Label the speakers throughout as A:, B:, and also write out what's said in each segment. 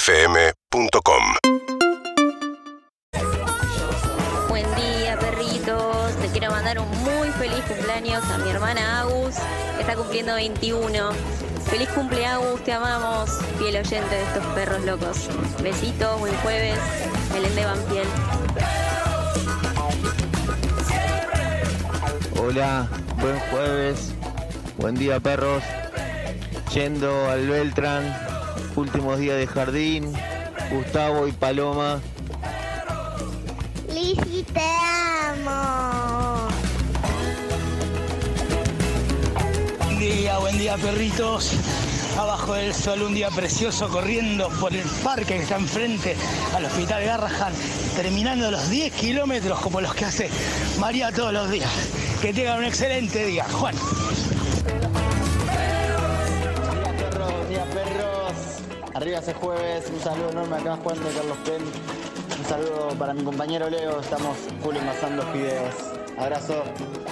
A: UrbanaPlayFM.com
B: Buen día, perritos. Te quiero mandar un muy feliz cumpleaños a mi hermana Agus, que está cumpliendo 21. Feliz cumple, Agus, te amamos, fiel oyente de estos perros locos. Besitos, buen jueves. Belén de Banfiel.
C: Hola, buen jueves, buen día perros. Yendo al Beltrán, últimos días de jardín, Gustavo y Paloma.
D: Lizzy, te amo.
E: Buen día, buen día perritos. Abajo del sol, un día precioso corriendo por el parque que está enfrente al Hospital Garrahan, terminando los 10 kilómetros como los que hace María todos los días. Que tengan un excelente día, Juan.
F: Días perros, días perros. Arriba ese jueves, un saludo enorme acá Juan de Carlos Pen. Un saludo para mi compañero Leo, estamos full envasando videos. Abrazo.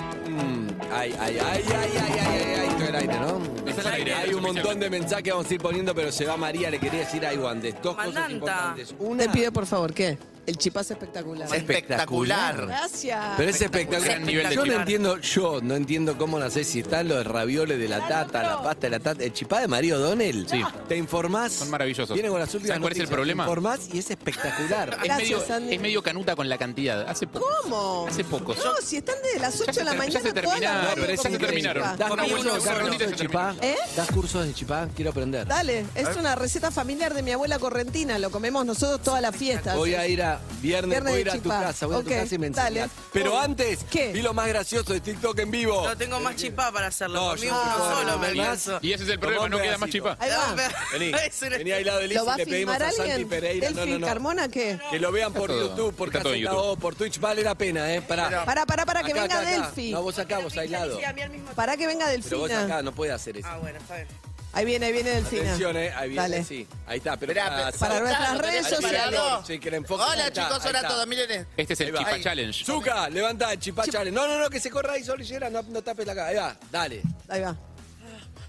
G: Mm, Ay, ay, ay, ay, ay, ay, ay, ay, esto era aire, ¿no?
H: Es el aire,
G: Hay un montón de mensajes que vamos a ir poniendo, pero se va María, le quería decir algo antes. Dos cosas
H: Mandanta.
G: importantes. Una
I: Te pido, por favor, ¿qué? El chipás espectacular.
G: Sí. Espectacular.
I: Gracias.
G: Pero es espectacular.
H: Gran nivel de
G: yo no
H: chipá.
G: entiendo, yo no entiendo cómo nacés si están los ravioles de la tata, la pasta de la tata, el chipá de Mario Donnell.
H: Sí.
G: Te informás.
H: Son maravillosos.
G: Viene con las últimas
H: ¿Sabes cuál es el
G: noticias,
H: problema?
G: Te informás y es espectacular.
H: Es medio,
I: Gracias, Andy.
H: es medio canuta con la cantidad. Hace poco.
I: ¿Cómo?
H: Hace poco.
I: No, si están desde las 8 de la
H: se- ya
I: mañana.
H: se
I: todas
H: terminaron,
I: las-
H: No, pero es
I: ¿Cómo
H: ya se
I: que
H: terminaron.
I: chipá?
G: ¿Das
H: Una buena
G: cursos, das
H: buena
G: cursos de
H: noticia,
G: chipá?
I: ¿Eh?
G: ¿Das cursos de chipá? Quiero aprender.
I: Dale, es una receta familiar de mi abuela correntina, lo comemos nosotros toda la fiesta.
G: Voy a ir a viernes,
I: Viernes
G: voy a
I: de
G: ir a tu
I: chipá.
G: casa, voy
I: Ok,
G: a tu casa y me enseñas.
I: dale.
G: Pero
I: Voy.
G: antes,
I: ¿Qué?
G: vi lo más gracioso de TikTok en vivo.
J: No tengo más chipá para hacerlo.
G: No,
J: Conmigo
G: yo
J: uno
G: no puedo
J: solo,
G: hablar
J: me
G: más.
J: alcanzó.
H: Y ese es el problema,
G: Tomá
H: no
G: un
H: queda más
G: pedacito.
H: chipá.
I: Ahí va.
G: Vení,
J: Es una-
G: vení al lado de
I: ¿Lo va
G: Lizzy, le
I: a
G: pedimos
I: filmar
G: a Santi
I: alguien?
G: Pereira.
I: ¿Delphi
G: No, no, no.
I: Carmona qué?
G: Que lo vean por
H: Está todo.
G: YouTube, por
H: Está todo en
G: caseta
H: YouTube.
G: O, por Twitch, vale la pena, ¿eh? Pará.
I: Pará, pará, pará, que
G: Acá,
I: venga
G: acá, acá.
I: Delphi.
G: No, vos acá, vos al lado.
J: Sí, a mí al mismo
I: Para que venga
G: Pero vos acá,
I: Delfina.
G: no podés hacer eso.
J: Ah, bueno, está bien.
I: Ahí viene, ahí viene Delfina.
G: Atención, ¿eh? Ahí viene,
I: Dale.
G: sí. Ahí está, pero...
F: Esperá,
G: está-
I: Para nuestras redes
G: Ahí para el
I: sociales.
G: lado. Sí, que le enfoque. Ahí está, ahí está.
F: miren.
H: Este es el
G: Ahí va.
H: Chipá Challenge.
G: Zuka, levanta el chipá, chale. No, no, no, que se corra ahí, Solillera, no, no tapes la cara. Ahí va, dale.
I: Ahí va.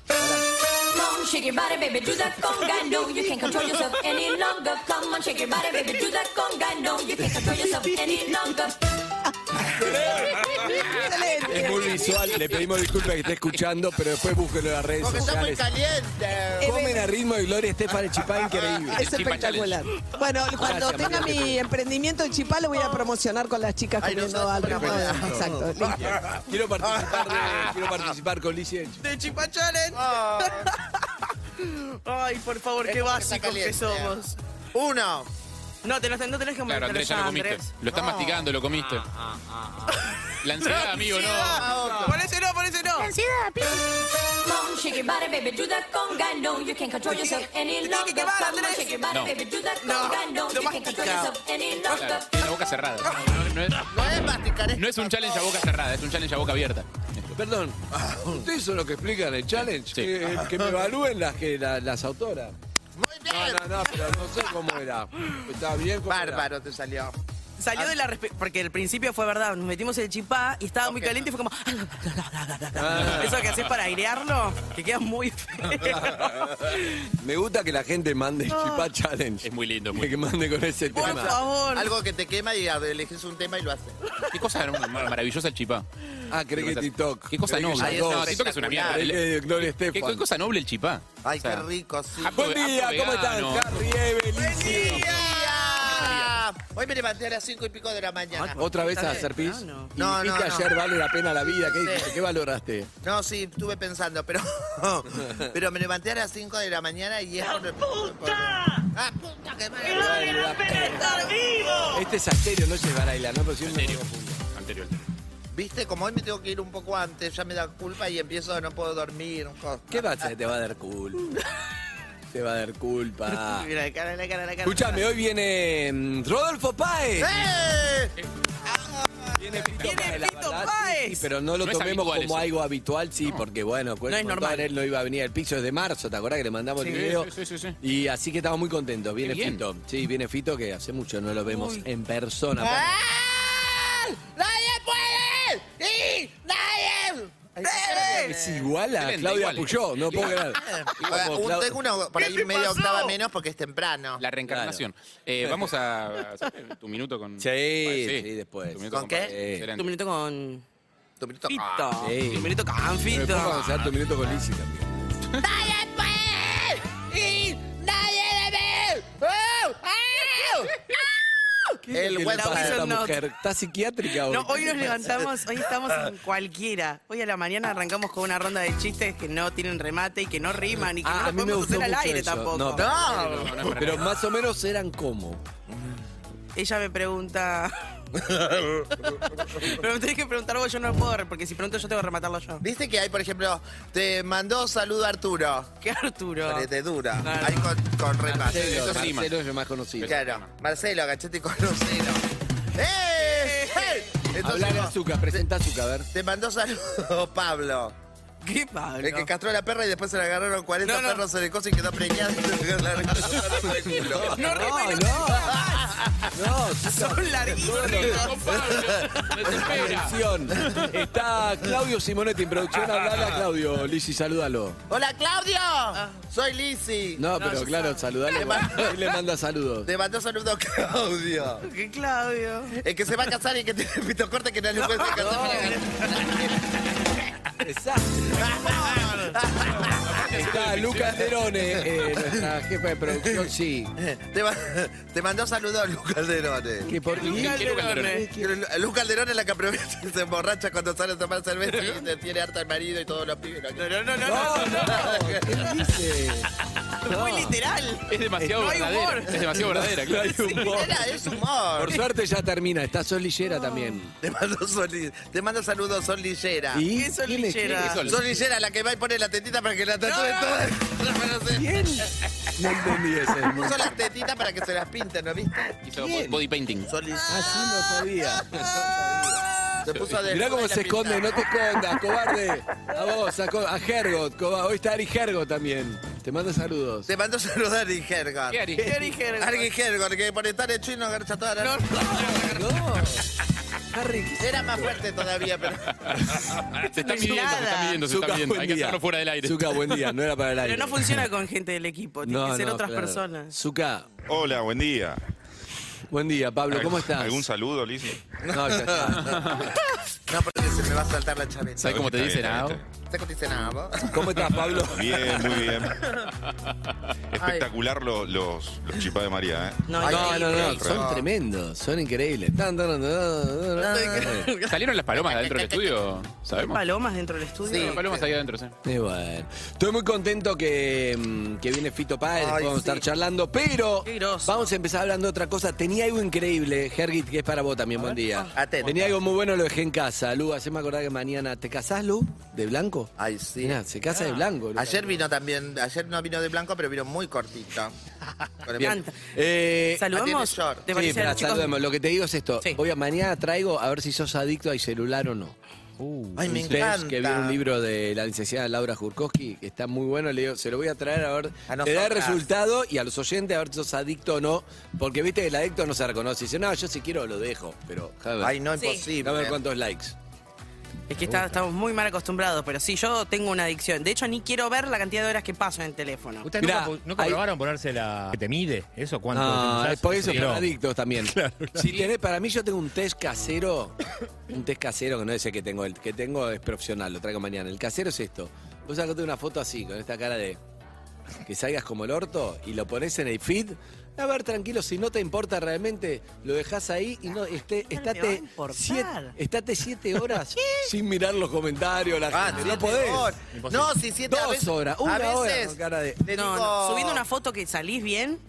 B: Come on, shake your body, baby, do that conga. No, you can't control yourself any longer. Come on, shake your body, baby, do that conga. No, you can't control yourself any longer.
I: Excelente.
G: Es muy visual, le pedimos disculpas que esté escuchando, pero después búsquenlo en las redes sociales.
F: caliente.
G: Comen a ritmo de Gloria Estefan el chipá increíble.
I: Es
H: Chipá
I: espectacular. Bueno, cuando
G: Gracias,
I: tenga
G: María.
I: mi emprendimiento en Chipá, lo voy a promocionar con las chicas
F: Ay, no,
I: comiendo
F: no,
I: algo.
F: no, no, no. Ah,
I: Exacto. listo.
G: Quiero participar, de- quiero participar con Lizzie. en-
J: ¡De chipá challenge! Ay, por favor, qué básicos que somos.
F: Uno.
J: No, te lo- no tenés que
H: Claro,
J: molestar
H: Andrés, ya
J: ya,
H: lo comiste.
J: Andrés.
H: Lo estás masticando, lo comiste. La ansiedad, amigo, no.
F: Ah,
J: Por ese no, por ese no.
D: Ansiedad, pi-
B: Come on, shake your body, baby, do that conga. No, you can't control yourself
J: Te
B: any
J: tiene que
B: longer.
J: quemar,
B: Come on,
J: Andrés.
B: shake your body,
H: No.
B: baby, do that
J: No,
B: conga.
J: lo
B: No, you can't control
J: masticado.
B: yourself any longer.
H: Claro, tiene la boca cerrada. No, no, no es,
F: No es masticar
H: no es un challenge a boca cerrada, es un challenge a boca abierta.
G: Perdón, ¿ustedes son los que explican el challenge?
H: Sí.
G: Que, eh, que me evalúen las, que, la- las autoras.
F: Muy
G: No, no, no, pero no sé cómo era. Está bien, ¿cómo era?
F: te salió.
J: Salió de la respe- porque al principio fue verdad, nos metimos el chipá Ah, y estaba muy caliente y fue como "Ah,
F: Ah.
J: eso que haces para airearlo, que queda muy feo.
G: Me gusta que la gente mande
F: Ah.
G: el chipá challenge.
H: Es muy lindo, muy
G: Que mande con ese
J: Por
G: tema.
J: favor.
F: Algo que te quema y elegís un tema y lo haces.
H: Qué cosa mar- maravillosa el chipá.
G: Ah, cree que TikTok.
H: Qué cosa
G: Cree que
H: noble.
G: Yadó.
H: No, TikTok es una mierda.
G: Cree que Gloria Estefan.
H: Qué, qué cosa noble el chipá.
F: Ay,
H: O sea,
F: qué rico, sí.
H: Apple-
G: Buen día,
H: Apple
G: ¿cómo están?
H: vegano.
G: Harry, Evelyn.
F: día! Hoy me levanté a las 5 y pico de la mañana.
G: ¿Otra vez a
J: Está
G: hacer
J: bien,
G: pis?
J: no.
G: ¿Y
F: No,
G: dijiste
F: no, no.
G: ayer vale la pena la vida? ¿Qué,
F: Sí.
G: dijiste? ¿Qué valoraste?
F: No, sí, estuve pensando, pero pero me levanté a las 5 de la mañana y es por- por- ¡Ah, puta que madre!
G: Este es Asterio, no es Baraila, ¿no? Pero si uno no
H: Anterior.
G: confunde.
H: Anterior.
F: Viste, como hoy me tengo que ir un poco antes, ya me da culpa y empiezo, no puedo dormir. cosas.
G: ¿Qué pasa? Te va a dar culpa. Te va a dar
F: Ah,
G: culpa.
J: Mira, la cara, la cara, la cara.
G: Escuchame, hoy viene mm, Rodolfo Páez.
F: ¡Eh!
G: Viene Pito
J: Viene
G: Páez, la
J: Pito
G: verdad,
J: Páez.
G: sí, sí, pero no lo
H: No es
G: tomemos
H: habitual
G: como
H: eso.
G: algo habitual, sí, porque bueno, cuesta
J: es
G: un montón,
J: normal.
G: él no iba a venir al piso desde marzo, ¿te acordás que le mandamos el
J: Sí,
G: video?
H: sí, sí, sí.
G: Y así que estamos muy contentos. Viene
H: bien.
G: Fito. Sí, viene Fito que hace mucho no lo vemos en persona.
F: ¡Ah! ¡Nadie puede! ¡Sí! ¡Nadie!
G: Es igual a
E: Excelente,
G: Claudia
E: igual.
G: Puyó, no puedo creer.
F: Ahora,
G: Como
F: un-
G: Clau-
F: tengo uno por
K: ¿Qué
F: ahí
K: te
F: media
K: pasó?
F: octava menos porque es temprano.
E: La reencarnación. Eh, vamos a hacer tu minuto con.
G: Sí, sí, después.
E: Tu minuto
F: ¿Con qué?
G: Eh,
I: Tu minuto con.
F: Tu minuto. Ah,
I: Fito.
G: Sí.
I: Tu minuto con
G: Pero
I: Fito.
G: después vamos a dar tu minuto con Lizzy también. ¿Qué es
F: El
G: lo que le
F: West
G: pasa a esta
I: Wizard Not.
G: mujer? ¿Está psiquiátrica hoy?
I: No, hoy
G: ¿Qué
I: nos
G: le pasa?
I: levantamos, hoy estamos en cualquiera. Hoy a la mañana arrancamos con una ronda de chistes que no tienen remate y que no riman y que
G: Ah,
I: no
G: a
I: los
G: mí me
I: podemos
G: gustó
I: hacer al
G: mucho
I: aire
G: eso.
I: tampoco.
G: No,
E: No,
F: No.
E: no es para
G: Pero
E: nada.
G: más o menos eran como.
I: Ella me pregunta. Pero me tenés que preguntar vos, yo no puedo, re- porque si pregunto yo tengo que rematarlo yo.
F: Viste que hay, por ejemplo, te mandó saludo Arturo.
I: ¿Qué Arturo?
F: Te dura.
I: Claro.
F: Ahí con, con remate.
G: Marcelo,
F: Eso Ah, sí.
E: rima.
G: Marcelo es el más conocido.
F: Claro. Marcelo, agachate y conocelo. ¡Eh! ¡Eh! Entonces,
G: Hablar a Zucca, presenta a Zucca, a ver.
F: te mandó saludo Pablo.
I: ¿Qué Pablo?
F: El que castró a la perra y después se la agarraron 40
I: No, no.
F: perros en el coso y quedó preñada.
I: No, rima y no,
G: No, Zucca,
I: son larguísimos.
E: Con Pablo. No te espera.
G: atención. Está Claudio Simonetti en producción. Hablale a Claudio. Lizzy, salúdalo.
F: ¡Hola, Claudio! Soy Lizzy.
G: No, pero claro, saludalo. porque Él le manda saludos.
F: Te mandó saludo Claudio.
I: ¿Qué Claudio?
F: El que se va a casar y el que tiene el pito corte que no le puede casar
G: Exacto. Está Lucas Nerone, eh, nuestra jefa de producción, sí.
F: Te, va- te mandó saludo Lucas Calderone.
G: Que por
I: Lucas
G: ¿Qué-
I: Calderone.
G: qué-
F: Lucas Calderone es la que aprovecha y se emborracha cuando sale a tomar cerveza y te tiene harta el marido y todos los pibes. No, no, no,
G: No, no, ¿qué dice?
I: Muy literal.
E: Es demasiado
I: No hay humor.
E: verdadera. Es demasiado verdadera,
G: No
E: claro.
G: hay humor.
F: Era, es humor.
G: Por suerte ya termina, está Sol Lillera también.
F: Te mando, soli- te mando saludos, Sol Lillera.
E: Ah,
G: ¿Y?
I: ¿Qué Sol
G: ¿Quién es?
I: Lillera?
G: ¿Quién es Sol?
F: Sol Lillera, la que va y pone la tetita para que la tatúen
I: No, no.
F: todas. No sé.
G: ¿Quién? No entendí ese.
F: Puso las tetitas para que se las pinten, ¿no viste?
E: Hizo
G: ¿Quién?
E: body painting.
F: Sol Lillera.
G: Así no sabía.
F: Se puso de
G: Mirá cómo se esconde, no te escondas, cobarde. A vos, a, co- a Hergot, coba- hoy está Ari Hergot también. Te mando saludos.
F: Te mando saludos a Ari Hergar.
E: ¿Qué harí?
I: ¿Qué dijeron?
F: Ari Hergar, que por estar hecho y nos garcha toda la
G: No. Harry, ¿qué
F: Era más fuerte todavía, pero.
E: Se está midiendo, se está
I: nada.
E: midiendo, se está
G: Zucca,
E: midiendo.
G: buen
E: Hay que
G: día.
E: hacerlo fuera del aire.
G: Zucca, buen día, no era para el aire.
I: Pero no funciona con gente del equipo, tiene
G: No,
I: que ser
G: no,
I: otras
G: claro.
I: personas.
G: Zucca,
K: Hola, buen día.
G: buen día, Pablo, ¿cómo estás?
K: ¿Algún saludo, Lizzy?
G: No, ya está.
F: No, porque se me va a saltar la chaveta.
E: ¿Sabes cómo te
K: Está
E: dicen?
K: bien,
E: ah?
K: está bien.
F: ¿Sabes cómo te dice nada, vos?
G: ¿Cómo estás, Pablo?
K: Bien, muy bien. Espectacular lo- los, los chipas de María, ¿eh?
I: Ay,
G: No, no, no,
F: increíble.
G: son tremendos, son increíbles. Tan, tan, tan, tan, tan, tan.
E: ¿Salieron las palomas de adentro del estudio?
I: ¿Hay
E: ¿Sabemos?
I: palomas dentro del estudio?
E: Las palomas ahí adentro, sí.
G: Y bueno, estoy muy contento que, mm, que viene Fito
F: Ay,
G: Páez, después vamos a
F: sí.
G: estar charlando, pero
I: Qué groso.
G: vamos a empezar hablando de otra cosa. Tenía algo increíble, Hergit, que es para vos también, buen día.
F: Atento.
G: Tenía algo muy bueno, lo dejé en casa. Lu, haceme acordar que mañana, ¿te casás, Lu? ¿De blanco?
F: Ay, sí.
G: Mirá, se casa de blanco. Lu.
F: Ayer vino también, ayer no vino de blanco, pero vino muy cortito. Con el-
I: Me encanta.
G: Eh,
F: tiene
I: Saludamos.
F: short.
I: ¿Te
G: sí,
I: parece a
G: pará,
I: los chicos?
G: saludemos. Lo que te digo es esto.
I: Sí.
G: Voy a mañana traigo a ver si sos adicto al celular o no.
F: Ay, me
G: Un test
F: encanta.
G: que vi un libro de la licenciada Laura Jurkowski, que está muy bueno, le digo, se lo voy a traer a ver,
F: A
G: te da el
F: nosotras.
G: resultado y a los oyentes a ver si sos adicto o no, porque viste que el adicto no se reconoce, dice, no, yo si quiero lo dejo, pero a ver,
F: Ay, no,
I: Sí.
F: imposible.
G: a ver cuántos likes.
I: Es que está- estamos muy mal acostumbrados, pero sí, yo tengo una adicción. De hecho, ni quiero ver la cantidad de horas que paso en el teléfono.
L: ¿Ustedes
G: Mirá,
L: nunca, nunca
G: hay-
L: probaron ponerse la que te mide? ¿Eso cuánto?
G: No,
L: te
G: es por eso
L: usás?
G: para
L: No.
G: adictos también. Si tenés, para mí yo tengo un test casero, un test casero que no es el que tengo, el que tengo es profesional, lo traigo mañana. El casero es esto. Vos sacaste una foto así, con esta cara de que salgas como el orto y lo pones en el feed. A ver, tranquilo, si no te importa realmente, lo dejás ahí y no, esté,
I: No te va a
G: estate,
I: importar.
G: siete, estate siete horas sin mirar los comentarios, la
F: Ah,
G: gente.
F: siete
G: No podés.
F: horas. No, si siete a
G: Dos
F: veces-
G: horas,
F: a
G: una hora
F: veces
G: con cara de-
F: te
I: No,
F: digo-
I: no, Subiendo una foto que salís bien,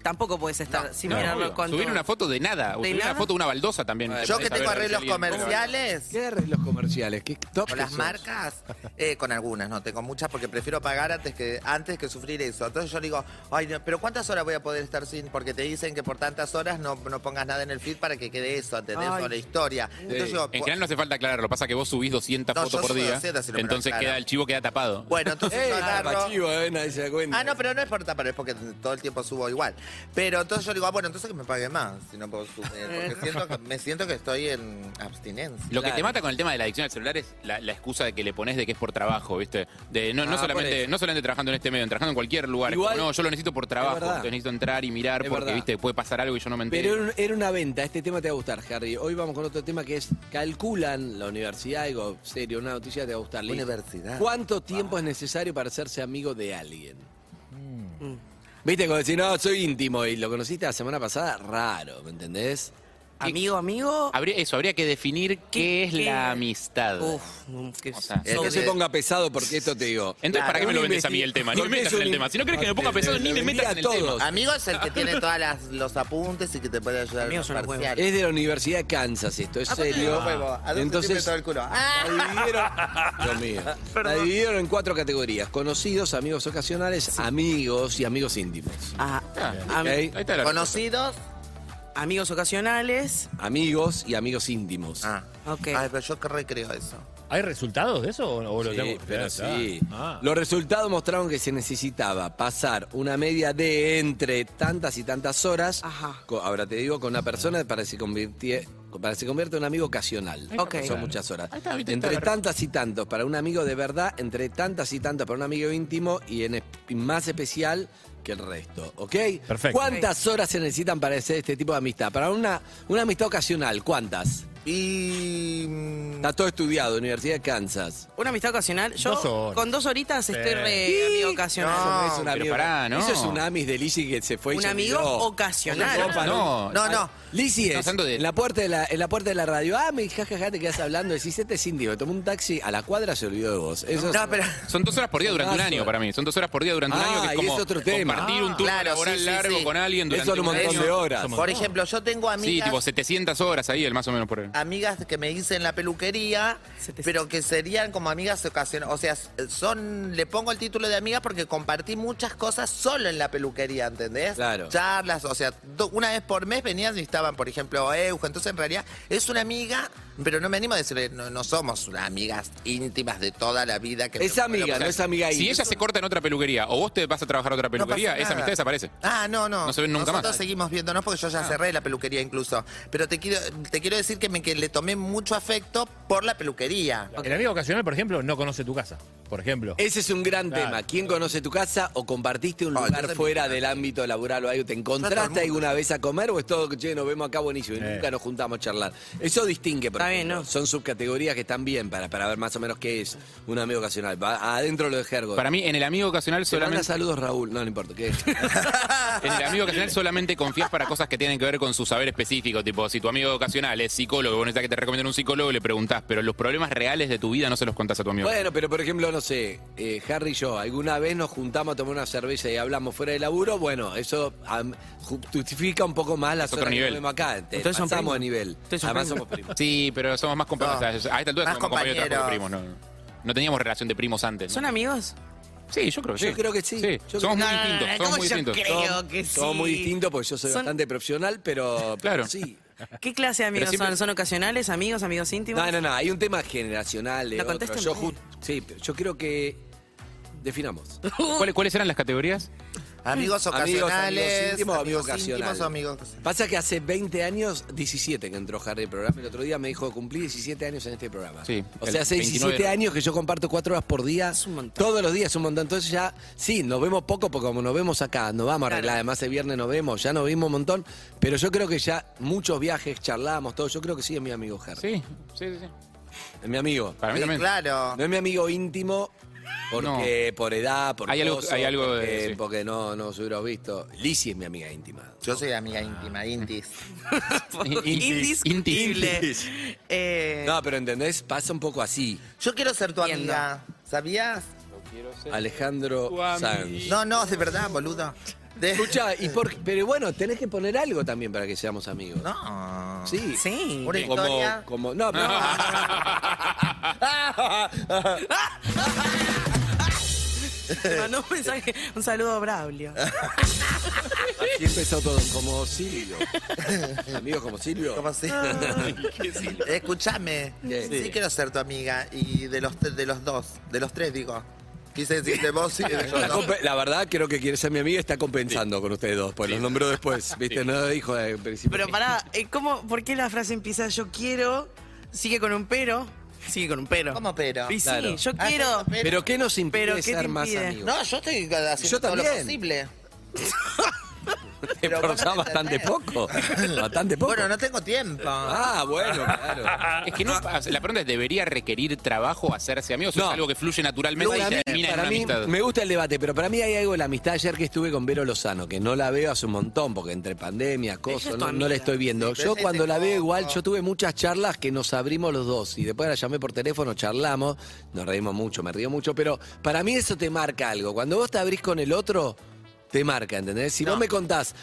I: tampoco puedes estar sin
E: No,
I: mirarlo
E: obvio.
I: cuánto-
E: Subir una foto de nada. o
I: ¿De
E: subir una
I: nada?
E: foto de una baldosa también.
F: Yo que
E: Saber
F: tengo
E: a ver si
F: arreglos
E: alguien-
F: comerciales.
G: ¿Qué arreglos comerciales? ¿Qué top
F: ¿Con
G: que
F: las
G: sos?
F: marcas? Eh, con algunas, no, tengo muchas porque prefiero pagar antes que antes que sufrir eso. Entonces yo digo, ay, no, pero ¿cuántas horas voy a poder estar sin? Porque te dicen que por tantas horas no, no pongas nada en el feed para que quede eso, ¿entendés?
I: Ay.
F: O la historia. Entonces yo, pues
E: En general no hace falta aclararlo. Pasa que vos subís 200
F: No,
E: fotos
F: yo
E: por
F: subo
E: día.
F: 200 si lo pongo
E: entonces
F: en cara.
E: queda el chivo queda tapado.
F: bueno, entonces
G: ¡Ey,
F: yo agarro...
G: chivo, eh! Nadie se da cuenta.
F: Ah, no, pero no es por tapar, es porque todo el tiempo subo igual. Pero entonces yo digo, ah, bueno, entonces que me pague más, si no puedo subir. Porque siento que- me siento que estoy en abstinencia.
E: Lo que te
F: Claro.
E: mata con el tema de la adicción al celular es la, la excusa de que le pones de que es por trabajo, ¿viste? De no, no
G: Ah, por
E: solamente,
G: eso.
E: no solamente trabajando en este medio, trabajando en cualquier lugar. Es como,
G: Igual-
E: no, yo lo necesito por
G: Es
E: trabajo,
G: verdad.
E: entonces necesito entrar y mirar
G: Es
E: porque,
G: verdad.
E: ¿viste? Puede pasar algo y yo no me entero.
G: Pero era un- era una venta, este tema te va a gustar, Harry. Hoy vamos con otro tema que es, calculan la universidad, algo serio, una noticia te va a gustar. Liz.
F: Universidad.
G: ¿Cuánto tiempo es necesario para hacerse amigo de alguien? Viste, como decir, no, soy íntimo y lo conociste la semana pasada, raro, ¿me entendés?
I: Amigo, amigo.
E: Habría, eso, habría que definir qué, es
I: qué-
E: la amistad.
I: Uf,
E: O sea,
G: Eh, No se ponga pesado porque esto te digo.
E: Entonces, ¿para qué me lo vendes a mí el tema? Ni me metas en el tema. Si no querés que me ponga pesado, ni me metas en el tema.
F: Amigo es el que tiene todos los apuntes y que te puede ayudar Ah, en los parciales.
G: Es de la Universidad de Kansas esto, es
F: Aparte
G: serio.
F: de huevo, a dos
G: Entonces,
F: centímetros del culo. Ah.
G: Dios mío. La dividieron en cuatro categorías: conocidos, amigos ocasionales, amigos y amigos íntimos.
I: Ah,
G: Ah,
I: am-
G: ok. Ahí está la
F: Conocidos,
I: amigos ocasionales.
G: Amigos y amigos íntimos.
F: Ah,
I: Ok.
F: Ay, pero yo que recreo eso.
L: ¿Hay resultados de eso o, o lo
G: Sí,
L: tengo que
G: pero
L: esperar?
G: sí.
L: Ah.
G: Los resultados mostraron que se necesitaba pasar una media de entre tantas y tantas horas, co- ahora te digo, con una persona para que se convirtie- para que se convierta en un amigo ocasional.
I: Ok.
G: Son
I: Claro.
G: muchas horas.
I: Ahí está, viste,
G: entre
I: está.
G: tantas y tantos para un amigo de verdad, entre tantas y tantas para un amigo íntimo y en es- y más especial que el resto, ¿ok?
L: Perfecto.
G: ¿Cuántas horas se necesitan para hacer este tipo de amistad? Para una, una amistad ocasional, ¿cuántas?
F: Y... mm,
G: Está todo estudiado, Universidad de Kansas.
I: Una amistad ocasional. Yo
G: Dos horas.
I: con dos horitas estoy re amigo ocasional.
G: Eso es un amigo. Eso es un
I: una
G: amis de Lizzie que se fue y
I: Un
G: se
I: amigo
G: olvidó.
I: ocasional.
G: Una copa,
I: No, no, no.
G: Lizzie
I: Estamos
G: es
I: hablando de-
G: en, la puerta de la, en la puerta de la radio. Ah, me jajaja, te quedas hablando. Decís, este es indio. Tomó un taxi, a la cuadra se olvidó de vos. Eso es-
E: Son dos horas por día durante un año para mí. Son dos horas por día durante un
G: Ah,
E: año que es
G: y
E: como
G: es otro tema.
E: compartir un turno
F: Claro,
E: laboral
F: sí, sí,
E: largo
F: sí.
E: con alguien durante año.
F: Por ejemplo, yo tengo
E: Sí,
F: amigas,
E: tipo 700 horas ahí, el más o menos por ahí.
F: amigas que me hice en la peluquería, pero que serían como amigas ocasionales. O sea, son, le pongo el título de amiga porque compartí muchas cosas solo en la peluquería, ¿entendés?
G: Claro.
F: Charlas, o sea, do- una vez por mes venían y estaban, por ejemplo, Euge. Entonces, en realidad, es una amiga, pero no me animo a decirle, no, no somos amigas íntimas de toda la vida. Que me-
E: O sea, Si ella se corta en otra peluquería o vos te vas a trabajar a otra peluquería,
F: pasa
E: esa
F: nada.
E: amistad desaparece.
F: Ah, no, no.
E: No se ven nunca
F: Nosotros
E: más. Ah.
F: seguimos viéndonos porque yo ya cerré la peluquería incluso. Pero te quiero, te quiero decir que, me, que le tomé mucho afecto por la peluquería.
L: El amigo ocasional, por ejemplo, no conoce tu casa, por ejemplo.
G: Ese es un gran
L: Claro.
G: tema. ¿Quién conoce tu casa o compartiste
E: Ah,
G: un
L: yo
G: lugar
L: también.
G: fuera del ámbito laboral o algo? ¿Te
L: Yo todo
G: encontraste
L: el mundo.
G: alguna vez a comer o es todo, che, nos vemos acá buenísimo y
L: Eh.
G: nunca nos juntamos a charlar? Eso distingue, por ejemplo. Son subcategorías que están bien para, para ver más o menos qué es un amigo ocasional. Va adentro lo de Gergo.
E: Para mí, en el amigo ocasional
G: Te manda
E: solamente.
G: saludos, Raúl. No, no importa. ¿qué?
E: En el amigo ocasional solamente confías para cosas que tienen que ver con su saber específico. Tipo, si tu amigo ocasional es psicólogo, vos necesitas que te recomienden un psicólogo, le preguntás, pero los problemas reales de tu vida no se los contás a tu amigo.
G: Bueno, pero por ejemplo, no sé, eh, Harry y yo, alguna vez nos juntamos a tomar una cerveza y hablamos fuera de laburo, bueno, eso am, ju- justifica un poco más la
E: Es otro
G: zona que
E: nivel.
G: vemos acá. Te,
E: Ustedes son
G: pasamos
E: primos.
G: a nivel. Además somos primos.
E: Sí, pero somos más compañeros.
G: No.
E: O sea, a esta altura
G: Más
E: somos más compañeros de trabajo que primos.
G: compañeros.
E: No, no teníamos relación de primos antes. ¿no?
I: ¿Son amigos? Ah,
E: Sí, yo creo que
G: Yo
E: sí.
G: creo que sí. Yo
E: somos muy
G: creo- No, no, no,
E: distintos.
G: no,
E: somos
G: ¿cómo
E: muy
G: yo
E: distintos.
I: creo
G: Somos-
I: que
G: Somos
I: sí?
G: muy distintos porque yo soy
I: Son-
G: bastante profesional, pero,
E: Claro.
G: pero sí.
I: ¿Qué clase de amigos
G: Pero siempre-
I: son? ¿Son ocasionales, amigos, amigos íntimos?
G: No, no, no, hay un tema generacional de
I: No,
G: otro.
I: contéstame.
G: Yo ju- sí, pero yo creo que definamos.
E: ¿Cuáles, cuáles eran las categorías?
F: Amigos ocasionales,
G: amigos íntimos, amigos
F: amigos íntimos,
G: ocasionales.
F: amigos-
G: Pasa que hace 20 años, 17 que entró Harry al programa. El otro día me dijo, cumplí 17 años en este programa.
E: Sí,
G: O
E: el
G: sea, hace
E: 29.
G: 17 años que yo comparto 4 horas por día. Todos los días, un montón. Entonces ya, sí, nos vemos poco porque como nos vemos acá, nos vamos a arreglar. Además, el viernes nos vemos, ya nos vimos un montón. Pero yo creo que ya muchos viajes, charlamos, todo. Yo creo que sí es mi amigo Harry.
E: Sí, sí, sí.
G: Es mi amigo.
E: Para mí Sí, también.
F: claro.
G: No es mi amigo íntimo. Porque por edad, por
E: Hay algo-
G: coso,
E: hay algo de-
G: porque,
E: sí.
G: porque no, no se hubiera visto. Lizzie es mi amiga íntima.
F: Yo soy amiga íntima, intis.
I: Indis- Indiscutible. Indis.
E: Eh,
G: No, pero ¿entendés? Pasa un poco así.
F: Yo quiero ser tu amiga. ¿Sabías?
G: Alejandro
F: Tu amiga.
G: Sanz.
F: No, no, de verdad, boludo.
G: Escucha, y por, pero bueno, tenés que poner algo también para que seamos amigos.
F: No.
G: Sí.
I: Sí.
F: Una
G: como,
F: historia.
G: como, no, pero-
I: Me mandó un mensaje. Un saludo, Braulio.
G: Aquí empezó todo como Silvio. Amigos como Silvio.
F: Como Escúchame.
G: ¿Qué?
F: Sí.
G: Sí.
F: quiero ser tu amiga. Y de los, de los dos, de los tres digo. Quise decirte vos y yo
G: La,
F: no.
G: compe- la verdad, creo que quiere ser mi amiga está compensando con ustedes dos, pues los nombró después, ¿viste? No dijo en principio.
I: Pero pará, eh, ¿cómo, ¿por qué la frase empieza yo quiero? Sigue con un pero. Sigue con un pero. ¿Cómo
F: pero?
I: Y sí,
G: Claro.
I: yo
F: Ah,
I: quiero.
F: pero-
G: Pero ¿qué nos impide
I: Pero, ¿qué te
G: ser más
I: impide?
G: amigos?
F: No, yo estoy haciendo
G: Yo
F: todo lo
G: también.
F: posible.
G: Te esforzás bastante poco. Bastante poco.
F: Bueno, no tengo tiempo.
G: Ah, bueno, claro.
E: Es que no,
I: Ah.
E: o sea, la pregunta es, ¿debería requerir trabajo hacerse amigos? ¿O
G: No.
E: ¿Es algo que fluye naturalmente
G: Para
E: y
G: mí-
E: termina en
G: para
E: una
G: mí,
E: amistad?
G: me gusta el debate, pero para mí hay algo de la amistad. Ayer que estuve con Vero Lozano, que no la veo hace un montón, porque entre pandemia,
I: Ella
G: cosas,
I: es tu
G: no, no la
I: amiga.
G: estoy viendo.
I: Sí, pero
G: yo
I: ella
G: cuando
I: dice,
G: la veo
I: "No,
G: igual,
I: no".
G: yo tuve muchas charlas que nos abrimos los dos. Y después la llamé por teléfono, charlamos, nos reímos mucho, me río mucho, pero para mí eso te marca algo. Cuando vos te abrís con el otro... Te marca, ¿entendés? Si vos me contás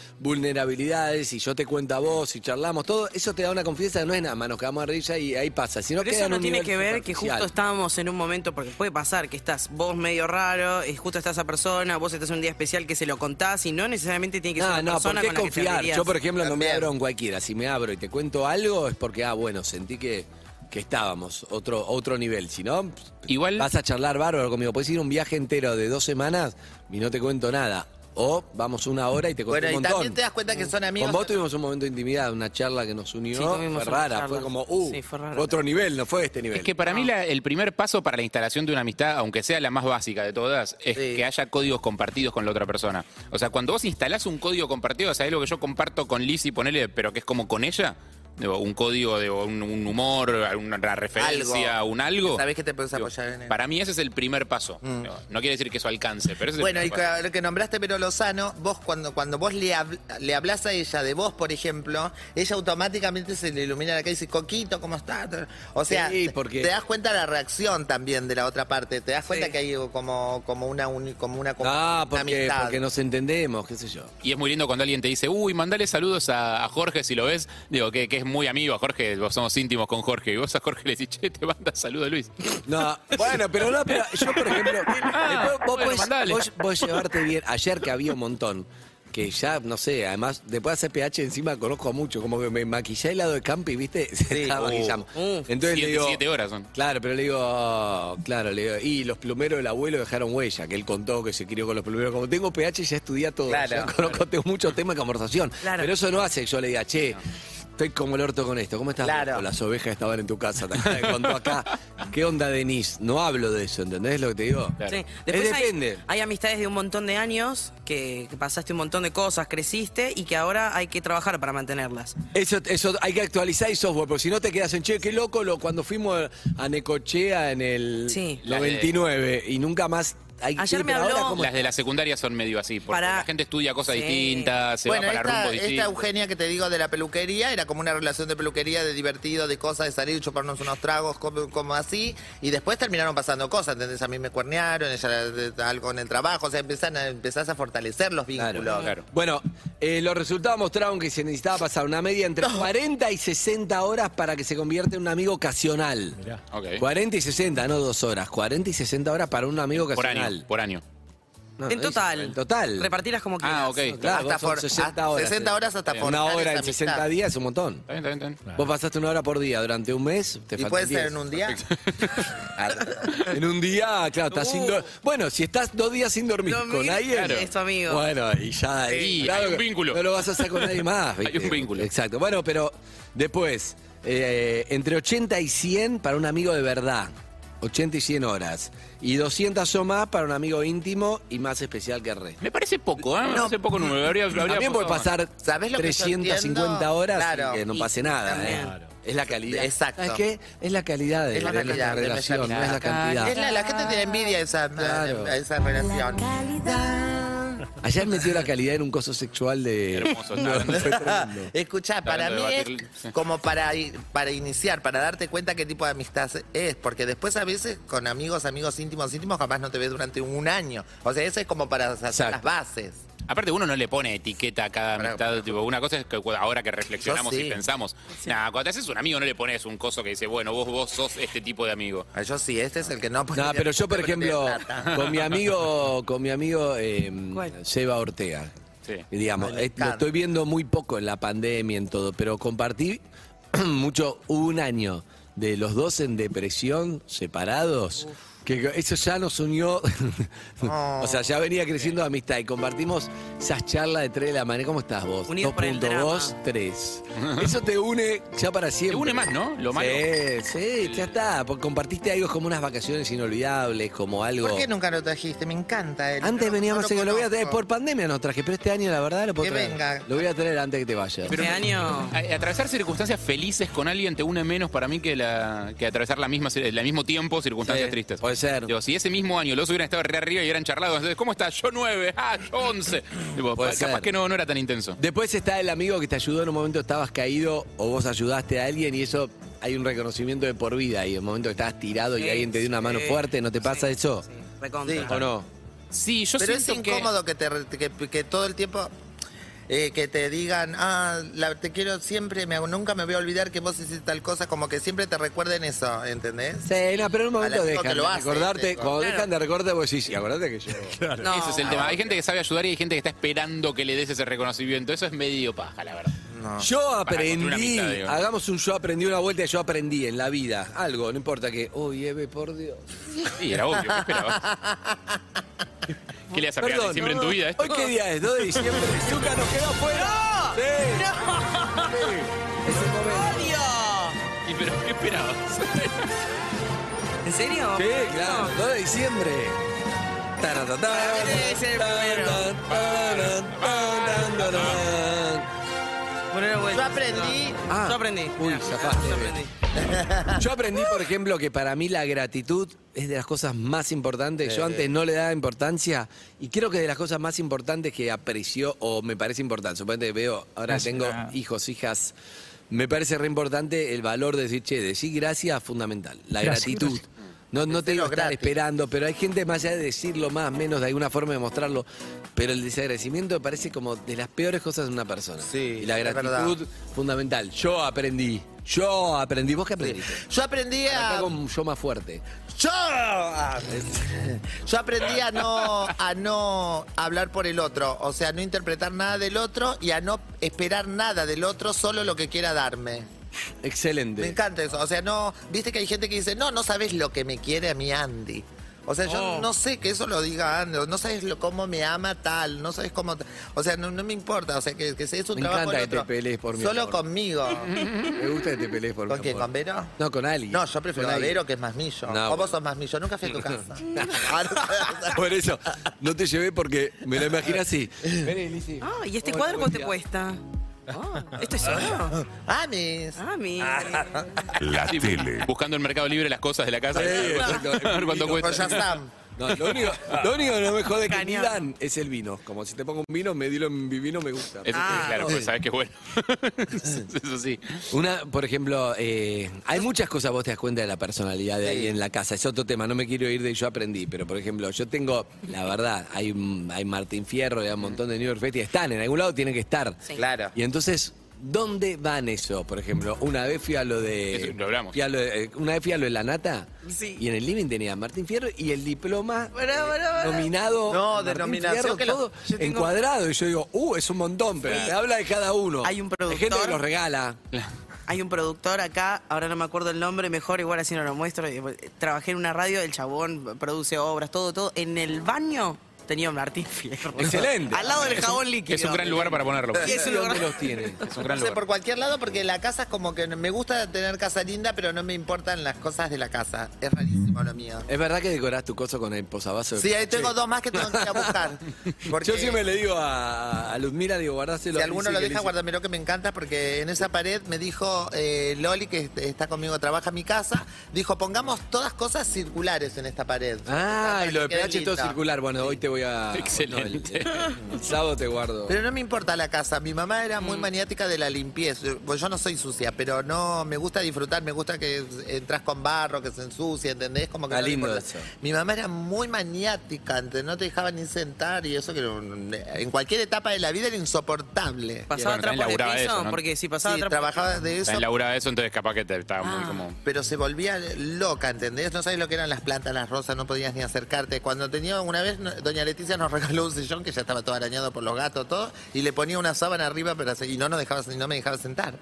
G: vulnerabilidades y yo te cuento a vos y charlamos, todo eso te da una confianza que no es nada, más, nos quedamos a risa y ahí pasa. Si no
I: Pero
G: queda
I: eso
G: en
I: no
G: un
I: tiene
G: nivel
I: que ver que justo
G: superficial.
I: estábamos en un momento, porque puede pasar que estás vos medio raro, y justo está esa persona, vos estás en un día especial que se lo contás y no necesariamente tiene que ser
G: No,
I: una
G: no, ¿por
I: persona
G: qué
I: con la que te
G: confiar?
I: reirías.
G: Yo, por ejemplo, no me abro en cualquiera. Si me abro y te cuento algo, es porque, ah, bueno, sentí que, que estábamos otro, otro nivel. Si no,
E: igual
G: vas a charlar bárbaro conmigo. Puedes ir un viaje entero de dos semanas y no te cuento nada. O vamos una hora y te cuento
F: Bueno, y
G: un
F: también
G: montón.
F: te das cuenta que son amigos.
G: Con vos tuvimos un momento de intimidad, una charla que nos unió.
F: Sí, tuvimos
G: fue
F: una
G: rara, fue
F: charla.
G: como, uh,
F: Sí, fue
G: fue
F: rara.
G: otro nivel, no fue este nivel.
E: Es que para mí la- el primer paso para la instalación de una amistad, aunque sea la más básica de todas, es que haya códigos compartidos con la otra persona. O sea, cuando vos instalás un código compartido, o sea, es lo que yo comparto con Liz y ponele, pero que es como con ella, digo, un código de un, un humor, una referencia, un algo.
F: Sabés que te puedes apoyar en él.
E: Para mí ese es el primer paso. Digo, No quiere decir que eso alcance, pero ese es el
F: Bueno, y
E: primer paso.
F: que, lo que nombraste pero Lozano, vos cuando, cuando vos le, habl- le hablas a ella de vos, por ejemplo, ella automáticamente se le ilumina la cara y dice, Coquito, ¿cómo estás? O sea,
G: Sí,
F: te-
G: porque-
F: te das cuenta de la reacción también de la otra parte, te das cuenta que hay como, como una uni- como una, como
G: Ah,
F: una
G: porque,
F: amistad.
G: porque nos entendemos, qué sé yo.
E: Y es muy lindo cuando alguien te dice, uy, mandale saludos a, a Jorge si lo ves. Digo, que, que es muy amigo a Jorge, vos somos íntimos con Jorge. Y vos a Jorge le decís, che, te manda saludos Luis.
G: No, bueno, pero no, pero yo, por ejemplo, vos- vos,
E: Ah, bueno,
G: podés-
E: mandale.
G: vos- vos llevarte bien. Ayer que había un montón, que ya, no sé, además, después de hacer PH encima conozco a mucho, como que me maquillé el lado de Campi, ¿viste? Se estaba
E: Uh.
G: maquillando. Entonces le
E: Siete-
G: digo.
E: siete horas son.
G: Claro, pero le digo, "Oh", claro, le digo, y los plumeros del abuelo dejaron huella, que él contó que se crió con los plumeros. Como tengo PH, ya estudié todo.
F: Claro,
G: ya conozco, tengo muchos temas de conversación. Pero eso no hace que yo le diga, che. Estoy como el orto con esto. ¿Cómo estás?
F: Claro.
G: "Con Las ovejas estaban en tu casa. te acabo de contar acá. ¿Qué onda, Denise? No hablo de eso, ¿entendés lo que te digo?
I: Sí.
G: Es
I: Después hay-
G: depende.
I: Hay, amistades de un montón de años que, que pasaste un montón de cosas, creciste y que ahora hay que trabajar para mantenerlas.
G: Eso, eso hay que actualizar el software, porque si no te quedas en che, qué loco lo, cuando fuimos a Necochea en el 99 y nunca más. Hay,
I: Ayer
G: sí,
I: me
G: pero ahora
I: habló-
G: como-
E: Las de la secundaria son medio así, porque
I: Para-
E: la gente estudia cosas
I: Sí.
E: distintas, se
F: bueno,
E: va para
F: esta,
E: rumbos
F: esta
E: distintos.
F: Eugenia que te digo de la peluquería era como una relación de peluquería, de divertido, de cosas, de salir, chuparnos unos tragos, como, como así. Y después terminaron pasando cosas, ¿entendés? A mí me cuernearon, ella eh, algo en el trabajo, o sea, empiezan a, empezás a fortalecer los vínculos.
G: Bueno, eh, los resultados mostraron que se necesitaba pasar una media entre 40 y 60 horas para que se convierta en un amigo ocasional.
E: Ok.
G: 40 y 60, no dos horas. 40 y 60 horas para un amigo
E: Por
G: ocasional.
E: año, por año.
G: No,
I: en
G: no dice,
I: total.
G: En total.
I: Repartirlas como quieras.
E: Ah, ok.
G: No, claro,
F: Hasta
G: vos son
F: for-
G: 60
F: hasta-
G: horas. eh.
F: 60 horas hasta
G: Una
F: forjar
G: hora
F: esa
G: en 60
F: amistad.
G: días es un montón.
E: Está bien, está bien, está bien.
G: Vos pasaste una hora por día durante un mes, te
F: Y
G: faltan
F: puede ser
G: 10.
F: en un día.
G: En un día, claro, estás sin
F: Uh.
G: dor- Bueno, si estás dos días sin dormir
I: Dormir,
G: con alguien.
I: claro. es tu amigo.
G: Bueno, y ya.
E: Sí,
G: y
E: hay
G: claro,
E: un vínculo.
G: No lo vas a hacer con nadie más.
E: Hay
G: ¿viste?
E: un vínculo.
G: Exacto. Bueno, pero después, eh, entre 80 y 100 para un amigo de verdad. 80 y 100 horas. Y 200 o más para un amigo íntimo y más especial que el resto.
E: Me parece poco, ¿eh? Me parece poco número. Habría, habría
G: También puede
E: apostado más.
G: pasar
F: ¿Sabés lo que yo
G: 350
F: entiendo?
G: horas
F: Claro.
G: y que no
F: Y-
G: pase nada.
F: también.
G: ¿eh? Es la calidad.
F: Exacto.
G: ¿Sabes qué? Es la calidad de,
F: Es la
G: de nuestra
F: calidad de nuestra
G: relación, no es la cantidad.
F: Es la, la gente tiene envidia a esa,
G: Claro.
F: a esa relación.
G: Ayer metió la calidad en un coso sexual de.
E: Hermoso,
G: No,
E: está.
G: fue tremendo.
F: Escuchá, para mí
E: hablando de
F: es
E: batir-
F: como para, para iniciar, para darte cuenta qué tipo de amistad es, porque después a veces con amigos, amigos íntimos, íntimos, jamás no te ves durante un año. O sea, eso es como para hacer las bases.
E: Aparte, uno no le pone etiqueta a cada amistad. tipo, una cosa es que cu- ahora que reflexionamos
F: Yo sí.
E: y pensamos. Nah, cuando te haces un amigo, no le pones un coso que dice, bueno, vos, vos sos este tipo de amigo.
F: Ah, Yo sí, este es el que no pone-
G: No, pero yo, por
F: porque
G: ejemplo,
F: tiene plata.
G: con mi amigo, con mi amigo eh, Seba Ortega,
E: Sí.
G: digamos,
F: Me
G: eh, lo
F: encanta.
G: estoy viendo muy poco en la pandemia, en todo, pero compartí mucho, hubo un año de los dos en depresión, separados, Que eso ya nos unió. o sea, ya venía creciendo la amistad y compartimos esas charlas de 3 de la mañana. ¿Cómo estás vos?
E: Unidos por el
G: 2.23. Eso te une ya para siempre.
E: Te une más, ¿no? Lo malo.
G: Sí, sí, ya está. Porque Compartiste algo como unas vacaciones inolvidables, como algo.
F: ¿Por qué nunca lo trajiste? Me encanta él.
G: Antes veníamos
F: no
G: que lo voy a traer
F: conozco.
G: por pandemia no traje, pero este año la verdad lo puedo
F: Que
G: traer.
F: venga.
G: Lo voy a traer antes que te vayas.
E: Pero
I: año.
E: a- atravesar circunstancias felices con alguien te une menos para mí que, la, que atravesar la misma, el mismo tiempo circunstancias tristes. Puede
G: ser.
E: Digo, si ese mismo año los hubieran estado re arriba y hubieran charlado, entonces, ¿cómo estás? Yo 9, ah, yo 11. Digo,
G: Puede
E: pa- capaz
G: ser.
E: que no, no era tan intenso.
G: Después está el amigo que te ayudó en un momento estabas caído o vos ayudaste a alguien y eso hay un reconocimiento de por vida. Y en el momento que estabas tirado y
F: Sí,
G: alguien te dio una mano
F: sí.
G: fuerte, ¿no te pasa eso?
I: Recontra.
G: ¿O no?
E: Sí, yo
F: Pero es
E: siento que-
F: incómodo que, te re- que, que todo el tiempo eh, que te digan, ah, la- te quiero siempre, me- nunca me voy a olvidar que vos hiciste tal cosa, como que siempre te recuerden eso, ¿entendés?
G: Sí, no, pero en un
F: Al
G: momento
F: amigo
G: dejan
F: que lo
G: de
F: hace,
G: recordarte.
F: digo.
G: este, cuando
F: Claro.
G: dejan de recordarte, vos decís, sí, acordate que yo.
F: No.
E: Ese es
I: Ah.
E: el tema. Hay gente que sabe ayudar y hay gente que está esperando que le des ese reconocimiento. Eso es medio paja, la verdad.
G: Yo
E: Para construir una
G: aprendí,
E: amistad, digo.
G: hagamos un yo aprendí una vuelta, y yo aprendí en la vida, algo, no importa que, uy, Eve, por Dios.
E: Sí, era obvio. ¿Qué esperabas? ¿Qué le vas a pegar
G: Perdón,
E: siempre en tu vida? esto?
G: ¿Hoy qué día es? 2 de diciembre. Zucca nos quedó fuera. ¡No! Sí.
E: ¿Y pero qué esperabas?
I: ¿En serio?
G: Sí, claro, 2 de diciembre. Taratatán,
I: Debe ser el primero.
G: taran, taran, taran.
I: Poner
F: Yo
I: vuelta.
F: aprendí.
G: Ah.
I: Yo aprendí.
G: Uy, zafaste.
I: Yo aprendí.
G: Yo aprendí, por ejemplo, que para mí la gratitud es de las cosas más importantes. Yo
F: Sí.
G: antes no le daba importancia y creo que de las cosas más importantes que apreció o me parece importante. Suponete que veo, ahora
F: Gracias.
G: tengo hijos, hijas. Me parece re importante el valor de decir, che, decir gracias fundamental. La
F: Gracias,
G: gratitud. No, no te digo estar
F: gratis.
G: esperando, pero hay gente más allá de decirlo más, menos de alguna forma de mostrarlo. Pero el desagradecimiento me parece como de las peores cosas de una persona. y la
F: es verdad.
G: gratitud fundamental. Yo aprendí. Yo aprendí. ¿Vos qué aprendiste?
F: Yo aprendí
G: Acá
F: a.
G: con yo más fuerte.
F: Yo, yo aprendí a no, a no hablar por el otro, o sea, no interpretar nada del otro y a no esperar nada del otro, solo lo que quiera darme. Me
G: Excelente.
F: encanta eso. O sea, no. Viste que hay gente que dice, no, no sabes lo que me quiere a mí Andy. O sea, yo
I: Oh.
F: no sé que eso lo diga Andy. No sabes lo, cómo me ama tal. No sabes cómo. ta- O sea, no, no me importa. O sea, que, que se es un
G: Me
F: trabajo.
G: encanta
F: el
G: que te
F: otro.
G: pelees por mi
F: Solo
G: amor.
F: conmigo.
G: Me gusta que te pelees por mi
F: ¿Con quién?
G: amor.
F: ¿Con Vero?
G: No, con alguien.
F: No, yo prefiero
G: Con
F: a
G: alguien.
F: Vero, que es más millo.
G: No,
F: o
G: bueno.
F: vos sos más millo. Nunca fui a tu casa. Ah,
G: Por eso, no te llevé porque me lo imaginé así. Vení, Lizzy.
I: Ah, ¿y este
G: Hola,
I: cuadro
G: buen
I: cuánto te
G: día.
I: cuesta? Ah, ¿Esto es oro?
F: Amis.
G: Ah,
E: Ah,
I: Mami.
E: La tele. Buscando en Mercado Libre las cosas de la casa.
G: Sí, exacto.
E: a ver cuánto
G: Con
E: cuesta.
F: Shazam.
G: No, lo único, lo único que no me jode que me dan es el vino. Como si te pongo un vino, me dilo en mi vino, me gusta.
E: Eso
F: Ah,
E: sí, claro,
G: Sí.
E: pues sabes que es bueno. Eso sí.
G: Una, por ejemplo, eh, hay muchas cosas vos te das cuenta de la personalidad de ahí en la casa. Es otro tema, no me quiero ir de yo aprendí, pero por ejemplo, yo tengo, la verdad, hay, un- hay Martín Fierro, hay un montón de New York Fest y están, en algún lado tienen que estar.
F: Claro.
G: Y entonces, ¿dónde van eso? Por ejemplo, una vez fui a lo de.
E: Eso lo hablamos.
G: fui a lo de- eh, una vez fui a lo de la nata.
I: Sí.
G: Y en el living tenía a Martín Fierro y el diploma
I: Pará, pará, pará.
G: nominado.
F: No,
G: a
F: de
G: Martín
F: nominación
G: Fierro,
F: que lo-
G: todo
F: yo tengo-
G: encuadrado. Y yo digo, uh, es un montón, pero
I: Sí.
G: te habla de cada uno.
I: Hay un
G: Hay gente que
I: productor.
G: los regala.
I: Hay un productor acá, ahora no me acuerdo el nombre, mejor igual así no lo muestro. eh, Trabajé en una radio, el chabón produce obras, todo, todo. En el baño tenía un Martín Fierro.
G: Excelente.
I: Al lado del
E: Es un-
I: jabón líquido.
E: Es un gran lugar para ponerlo.
I: Y es un lugar-
G: ¿Dónde los tiene?
E: Es un gran
F: No sé,
E: lugar.
F: por cualquier lado, porque la casa es como que me gusta tener casa linda, pero no me importan las cosas de la casa. Es rarísimo lo mío.
G: Es verdad que decorás tu coso con el posavasos.
F: Sí, ahí tengo dos más que tengo que ir a buscar. Porque
G: Yo siempre le digo a, a Ludmila, digo, guardáselo.
F: si
G: a
F: alguno
G: Lizzy,
F: lo
G: que
F: deja,
G: Lizzy-
F: guárdamelo que me encanta, porque en esa pared me dijo eh, Loli, que est- está conmigo, trabaja en mi casa, dijo, pongamos todas cosas circulares en esta pared.
G: Ah,
F: Para
G: y lo de
F: que quede
G: PH todo
F: lindo.
G: circular. Bueno, hoy te voy a.
E: Excelente.
G: no, el- el sábado te guardo.
F: Pero no me importa la casa. Mi mamá era
G: Mm.
F: muy maniática de la limpieza. Bueno, yo no soy sucia, pero no me gusta disfrutar, me gusta que entras con barro, que se ensucia, ¿entendés? Como que
G: Está
F: no le
G: Ah, lindo
F: importa.
G: eso.
F: Mi mamá era muy maniática, antes no te dejaba ni sentar y eso que no- en cualquier etapa de la vida era insoportable.
I: Pasaba
E: Bueno,
I: trapos
E: también
I: de
E: laburaba
I: piso,
E: eso, ¿no?
I: porque si pasaba
F: Sí,
I: trapos-
F: trabajaba de eso,
E: Está enlaburada eso, entonces capaz que te estaba muy
I: Ah.
E: como.
F: pero se volvía loca, ¿entendés? No sabes lo que eran las plantas, las rosas, no podías ni acercarte. Cuando tenía una vez, no- doña Leticia nos regaló un sillón que ya estaba todo arañado por los gatos, todo, y le ponía una sábana arriba pero así- y no nos dejaba, y no me dejaba sentar.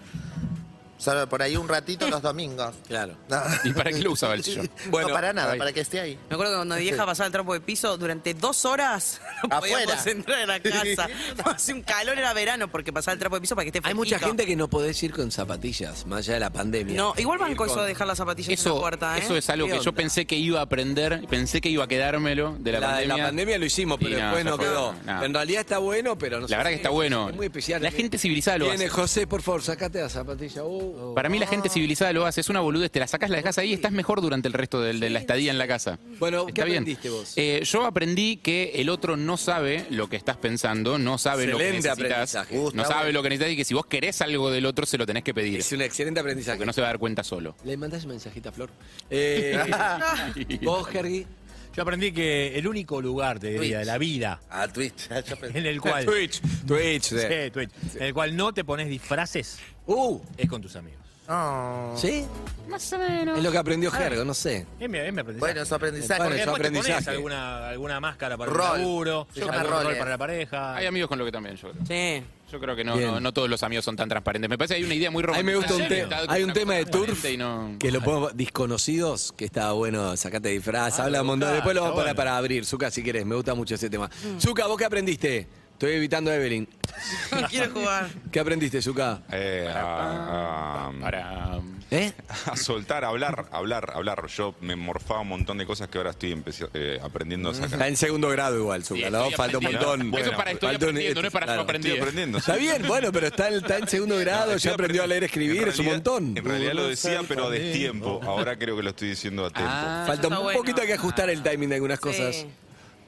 F: Solo por ahí un ratito los domingos.
G: Claro.
E: ¿Y para qué lo usaba el sillón?
F: no para nada, para que esté ahí.
I: Me acuerdo que cuando mi
E: Este-
I: vieja pasaba el trapo de piso, durante dos horas no
F: Afuera.
I: podíamos entrar a la casa. Hace un calor, era verano, porque pasaba el trapo de piso para que esté
G: Hay mucha
I: fresquito.
G: gente que no podés ir con zapatillas, más allá de la pandemia.
I: No, igual banco
G: Ir
I: eso
G: con-
I: de dejar las zapatillas en la puerta, ¿eh?
E: Eso es algo
I: ¿Qué
E: que yo
I: onda?
E: pensé que iba a aprender, pensé que iba a quedármelo de la,
G: La- la
E: pandemia.
G: pandemia lo hicimos, pero después no quedó. En realidad está bueno, pero no
E: La verdad que está bueno.
G: Es muy especial.
E: La
I: ¿eh?
E: gente civilizada lo
G: Viene
E: hace.
G: José, por favor, sacate la zapatilla. Uh,
E: Para mí la gente
I: Ah.
E: civilizada lo hace, es una boludez, te la sacas, la dejas ahí y estás mejor durante el resto del- de, la estadía en la casa.
G: Bueno,
E: Está
G: ¿qué
E: bien.
G: aprendiste vos?
E: Eh, yo aprendí que el otro no sabe lo que estás pensando, no sabe
G: Excelente
E: lo que necesitas,
G: aprendizaje. Uh, está
E: no sabe
G: bueno.
E: lo que necesitas y que si vos querés algo del otro se lo tenés que pedir.
G: Es un excelente aprendizaje.
E: Porque no se va a dar cuenta solo.
G: ¿Le mandás mensajita a Flor? Eh, vos, Jergy.
L: Yo aprendí que el único lugar, te diría, de la vida.
F: Ah, Twitch.
L: En el cual.
G: Twitch, Twitch,
L: Sí,
G: eh.
L: Twitch. En el cual no te pones disfraces. Es con tus amigos.
G: Uh, ¿Sí?
E: Más o menos.
G: Es lo que aprendió
L: Ah.
G: Gergo, no sé.
L: Es mi, es mi aprendizaje.
F: Bueno, su aprendizaje.
L: Porque
G: Bueno,
L: después
G: su
L: te pones
G: aprendizaje.
L: alguna, alguna máscara para
F: Rol.
L: el laburo,
F: Se llama
L: algún rol
F: roles.
L: para la pareja.
E: Hay amigos con lo que también yo creo.
I: Sí.
E: Yo creo que no,
G: Bien.
E: no, no todos los amigos son tan transparentes. Me parece que hay una idea muy
G: A mí
E: romántica.
G: me gusta un
E: Sí.
G: tema. Hay un
E: Una
G: tema
E: cosa
G: de Turf
E: transparente y no-
G: que lo ponemos desconocidos, que está bueno, sacate disfraz,
L: Ah,
G: habla
L: me
G: un montón.
L: gusta,
G: Después lo
L: está
G: vamos a poner
L: bueno.
G: para abrir, Zuka, si querés. Me gusta mucho ese tema.
E: Mm.
G: Zuka, ¿vos qué aprendiste? Estoy evitando a Evelyn.
I: No quiero jugar.
G: ¿Qué aprendiste, Zuka?
K: Eh, a, a-
G: ¿Eh?
K: a soltar, a hablar, a hablar, a hablar. Yo me morfaba un montón de cosas que ahora estoy empece- eh, aprendiendo a
G: Está
K: sacar.
G: en segundo grado igual, Zuka.
E: Sí,
G: ¿no?
E: estoy
G: Falta un
E: aprendiendo.
G: montón.
K: Eso es
E: para estoy
G: falta un-
E: aprendiendo, no es para yo aprendí.
K: Estoy aprendiendo.
G: Está bien, bueno, pero está en, está en segundo grado, ya aprendió a leer, escribir, es un montón.
K: En realidad lo decía, pero a destiempo. Ahora creo que lo estoy diciendo a tiempo.
E: Ah,
G: Falta
I: Eso
G: un
I: está
G: poquito
I: bueno.
G: hay que ajustar el timing de algunas cosas.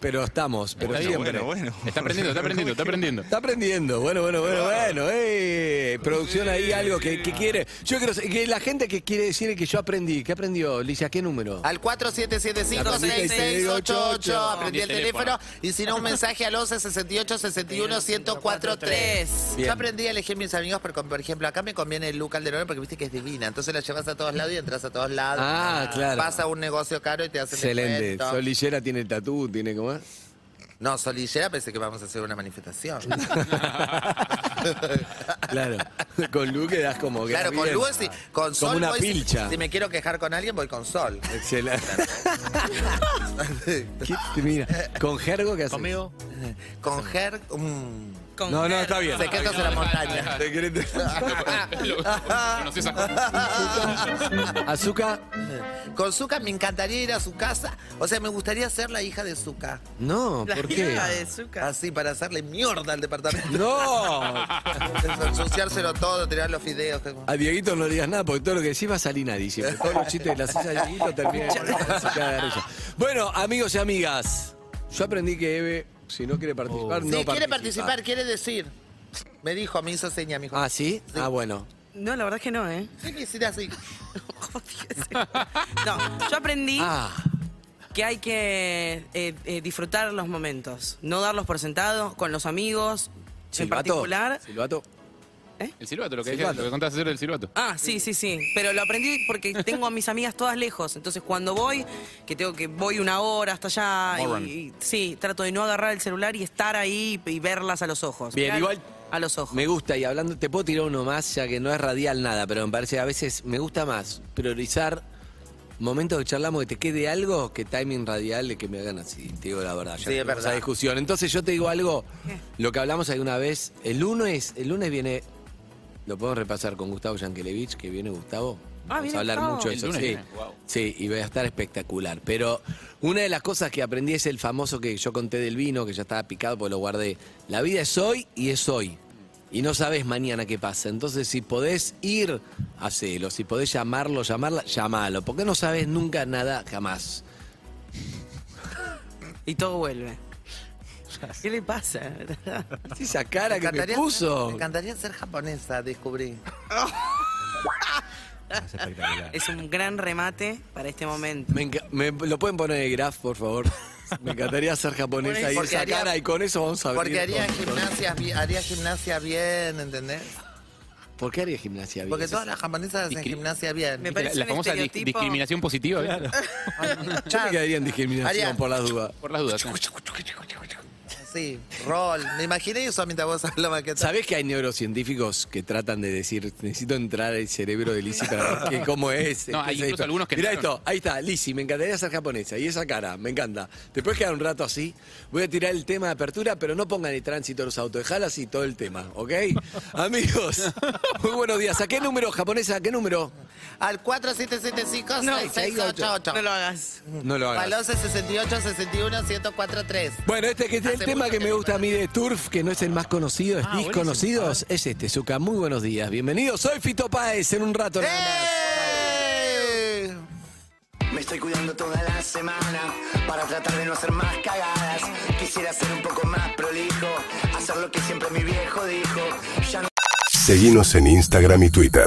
G: Pero estamos, pero
K: bueno,
G: siempre.
K: bueno, bueno.
E: Está aprendiendo, está aprendiendo, está aprendiendo.
G: Está aprendiendo, bueno, bueno, bueno, bueno. eh. Producción ahí, algo que, que quiere. Yo quiero que la gente que quiere decir que yo aprendí, ¿qué aprendió? Licia, ¿qué número?
F: Al 4775-6688. Aprendí el teléfono. Y si no, un mensaje al 11 68 61 1043. Yo aprendí a elegir mis amigos, porque, por ejemplo, acá me conviene el Luca Alderone porque viste que es divina. Entonces la llevas a todos lados y entras a todos lados.
G: Ah, claro.
F: Pasa un negocio caro y te hacen
G: Excelente.
F: descuento.
G: Sol Lillera tiene tatú, tiene como.
F: No, Solillera pensé que vamos a hacer una manifestación.
G: Claro. Con Lu quedas como que.
F: claro, con
G: bien.
F: Lu, sí. Con Sol
G: Como una
F: voy, si-
G: pilcha.
F: Si me quiero quejar con alguien, voy con Sol.
G: Excelente. ¿Qué? Mira, con Gergo, ¿qué haces?
L: Conmigo.
F: con Ger... mm,
I: Con
G: No, no,
I: Ger-
G: está bien.
F: secretos en la montaña.
G: Secreto.
E: No sé esas cosas.
G: Azúcar,
F: Con Zuka me encantaría ir a su casa. O sea, me gustaría ser la hija de Zuka.
G: no,
I: La
G: ¿por qué?
I: hija de Zucca.
F: Así, para hacerle mierda al departamento.
G: No.
F: Eso, Ensuciárselo todo, tirar los fideos. que-
G: A Dieguito no le digas nada, porque todo lo que decís va a salir nadie. Todos los chistes de la silla de Dieguito terminan con la silla de Arella. Bueno, amigos y amigas, yo aprendí que Eve, si no quiere participar,
F: Oh. Sí,
G: no
F: quiere
G: participa.
F: participar, quiere decir. Me dijo, me hizo seña, me dijo.
G: Ah, ¿sí? Ah, bueno.
I: No, la verdad es que no, ¿eh?
F: Sí, me hiciera así.
I: No, yo aprendí
G: Ah,
I: que hay que eh, eh, disfrutar los momentos, no darlos por sentados con los amigos en
G: silbato.
I: particular. ¿eh?
G: Silbato.
E: El silbato, lo que,
G: Silbato.
E: dijiste, lo que contaste ayer del silbato.
I: Ah, sí, sí, sí. Pero lo aprendí porque tengo a mis amigas todas lejos. Entonces cuando voy, que tengo que voy una hora hasta allá, y, y- sí, trato de no agarrar el celular y estar ahí y verlas a los ojos.
G: Bien,
I: Mirar
G: igual-
I: A los ojos.
G: Me gusta, y hablando, te puedo tirar uno más, ya que no es radial nada, pero me parece que a veces me gusta más priorizar momentos que charlamos que te quede algo que timing radial de que me hagan así, te digo la verdad. ya
F: Sí, es
G: tuvimos
F: verdad.
G: Esa discusión. Entonces yo te digo algo, lo que hablamos alguna vez, el lunes, el lunes viene, lo podemos repasar con Gustavo Yankelevich, que viene Gustavo.
I: Ah,
G: Vamos
I: viene
G: a hablar
I: Gustavo.
G: mucho de
E: El
G: eso,
E: lunes
G: sí.
E: viene, guau.
G: Sí, y va a estar espectacular. Pero una de las cosas que aprendí es el famoso que yo conté del vino, que ya estaba picado porque lo guardé. La vida es hoy y es hoy. Y no sabes mañana qué pasa. Entonces, si podés ir, hacelo. Si podés llamarlo, llamarla, llamalo. Porque no sabes nunca nada jamás.
I: Y todo vuelve. ¿Qué le pasa?
G: Sí, Esa cara que me
F: Ser, me
G: puso.
F: encantaría ser japonesa, descubrí.
L: Es espectacular.
I: es un gran remate para este momento.
G: Me enca- me- ¿Lo pueden poner en el graph, por favor? Me encantaría ser japonesa y
F: Porque
G: esa
F: haría-
G: cara. Y con eso vamos a ver.
F: Porque haría gimnasia, bi- haría gimnasia bien, ¿entendés?
G: ¿Por qué haría gimnasia? bien?
F: Porque todas las japonesas hacen
E: Discri-
F: gimnasia bien.
I: Me
E: La,
I: parece
E: la
I: un
E: famosa dis-
I: estereotipo.
E: discriminación positiva, ¿viste?
G: Yo me quedaría en discriminación
F: Haría-
G: por las dudas.
E: Por las dudas. ¿eh?
F: sí, rol. Me imaginé eso mientras vos hablabas que
G: ¿Sabés que hay neurocientíficos que tratan de decir, necesito entrar al cerebro de Lizzie para ver qué- cómo es?
E: No, hay
G: Entonces,
E: incluso algunos que
G: Mirá
E: entraron.
G: esto, ahí está, Lizzie, me encantaría ser japonesa. Y esa cara, me encanta. ¿Te puedes quedar un rato así? Voy a tirar el tema de apertura, pero no pongan el tránsito a los autos. Dejala así todo el tema, ¿ok? Amigos, muy buenos días. ¿A qué número, japonesa? ¿A qué número?
F: Al 4775 6688.
I: No lo hagas.
G: No lo hagas.
F: Palose 68 61 1043.
G: Bueno, este que es el
F: Hace mucho
G: tema que
F: que
G: me
F: no
G: gusta a mí de Turf, que no es el más conocido, es
F: Ah, buenísimo.
G: Disconocidos, es este, Zuka. Muy buenos días, bienvenido. Soy Fito Páez en un rato
F: ¡Eh!
G: nada más.
M: Me estoy cuidando toda la semana para tratar de no hacer más cagadas. Quisiera ser un poco más prolijo, hacer lo que siempre mi viejo dijo. Ya no-
A: Seguimos en Instagram y Twitter.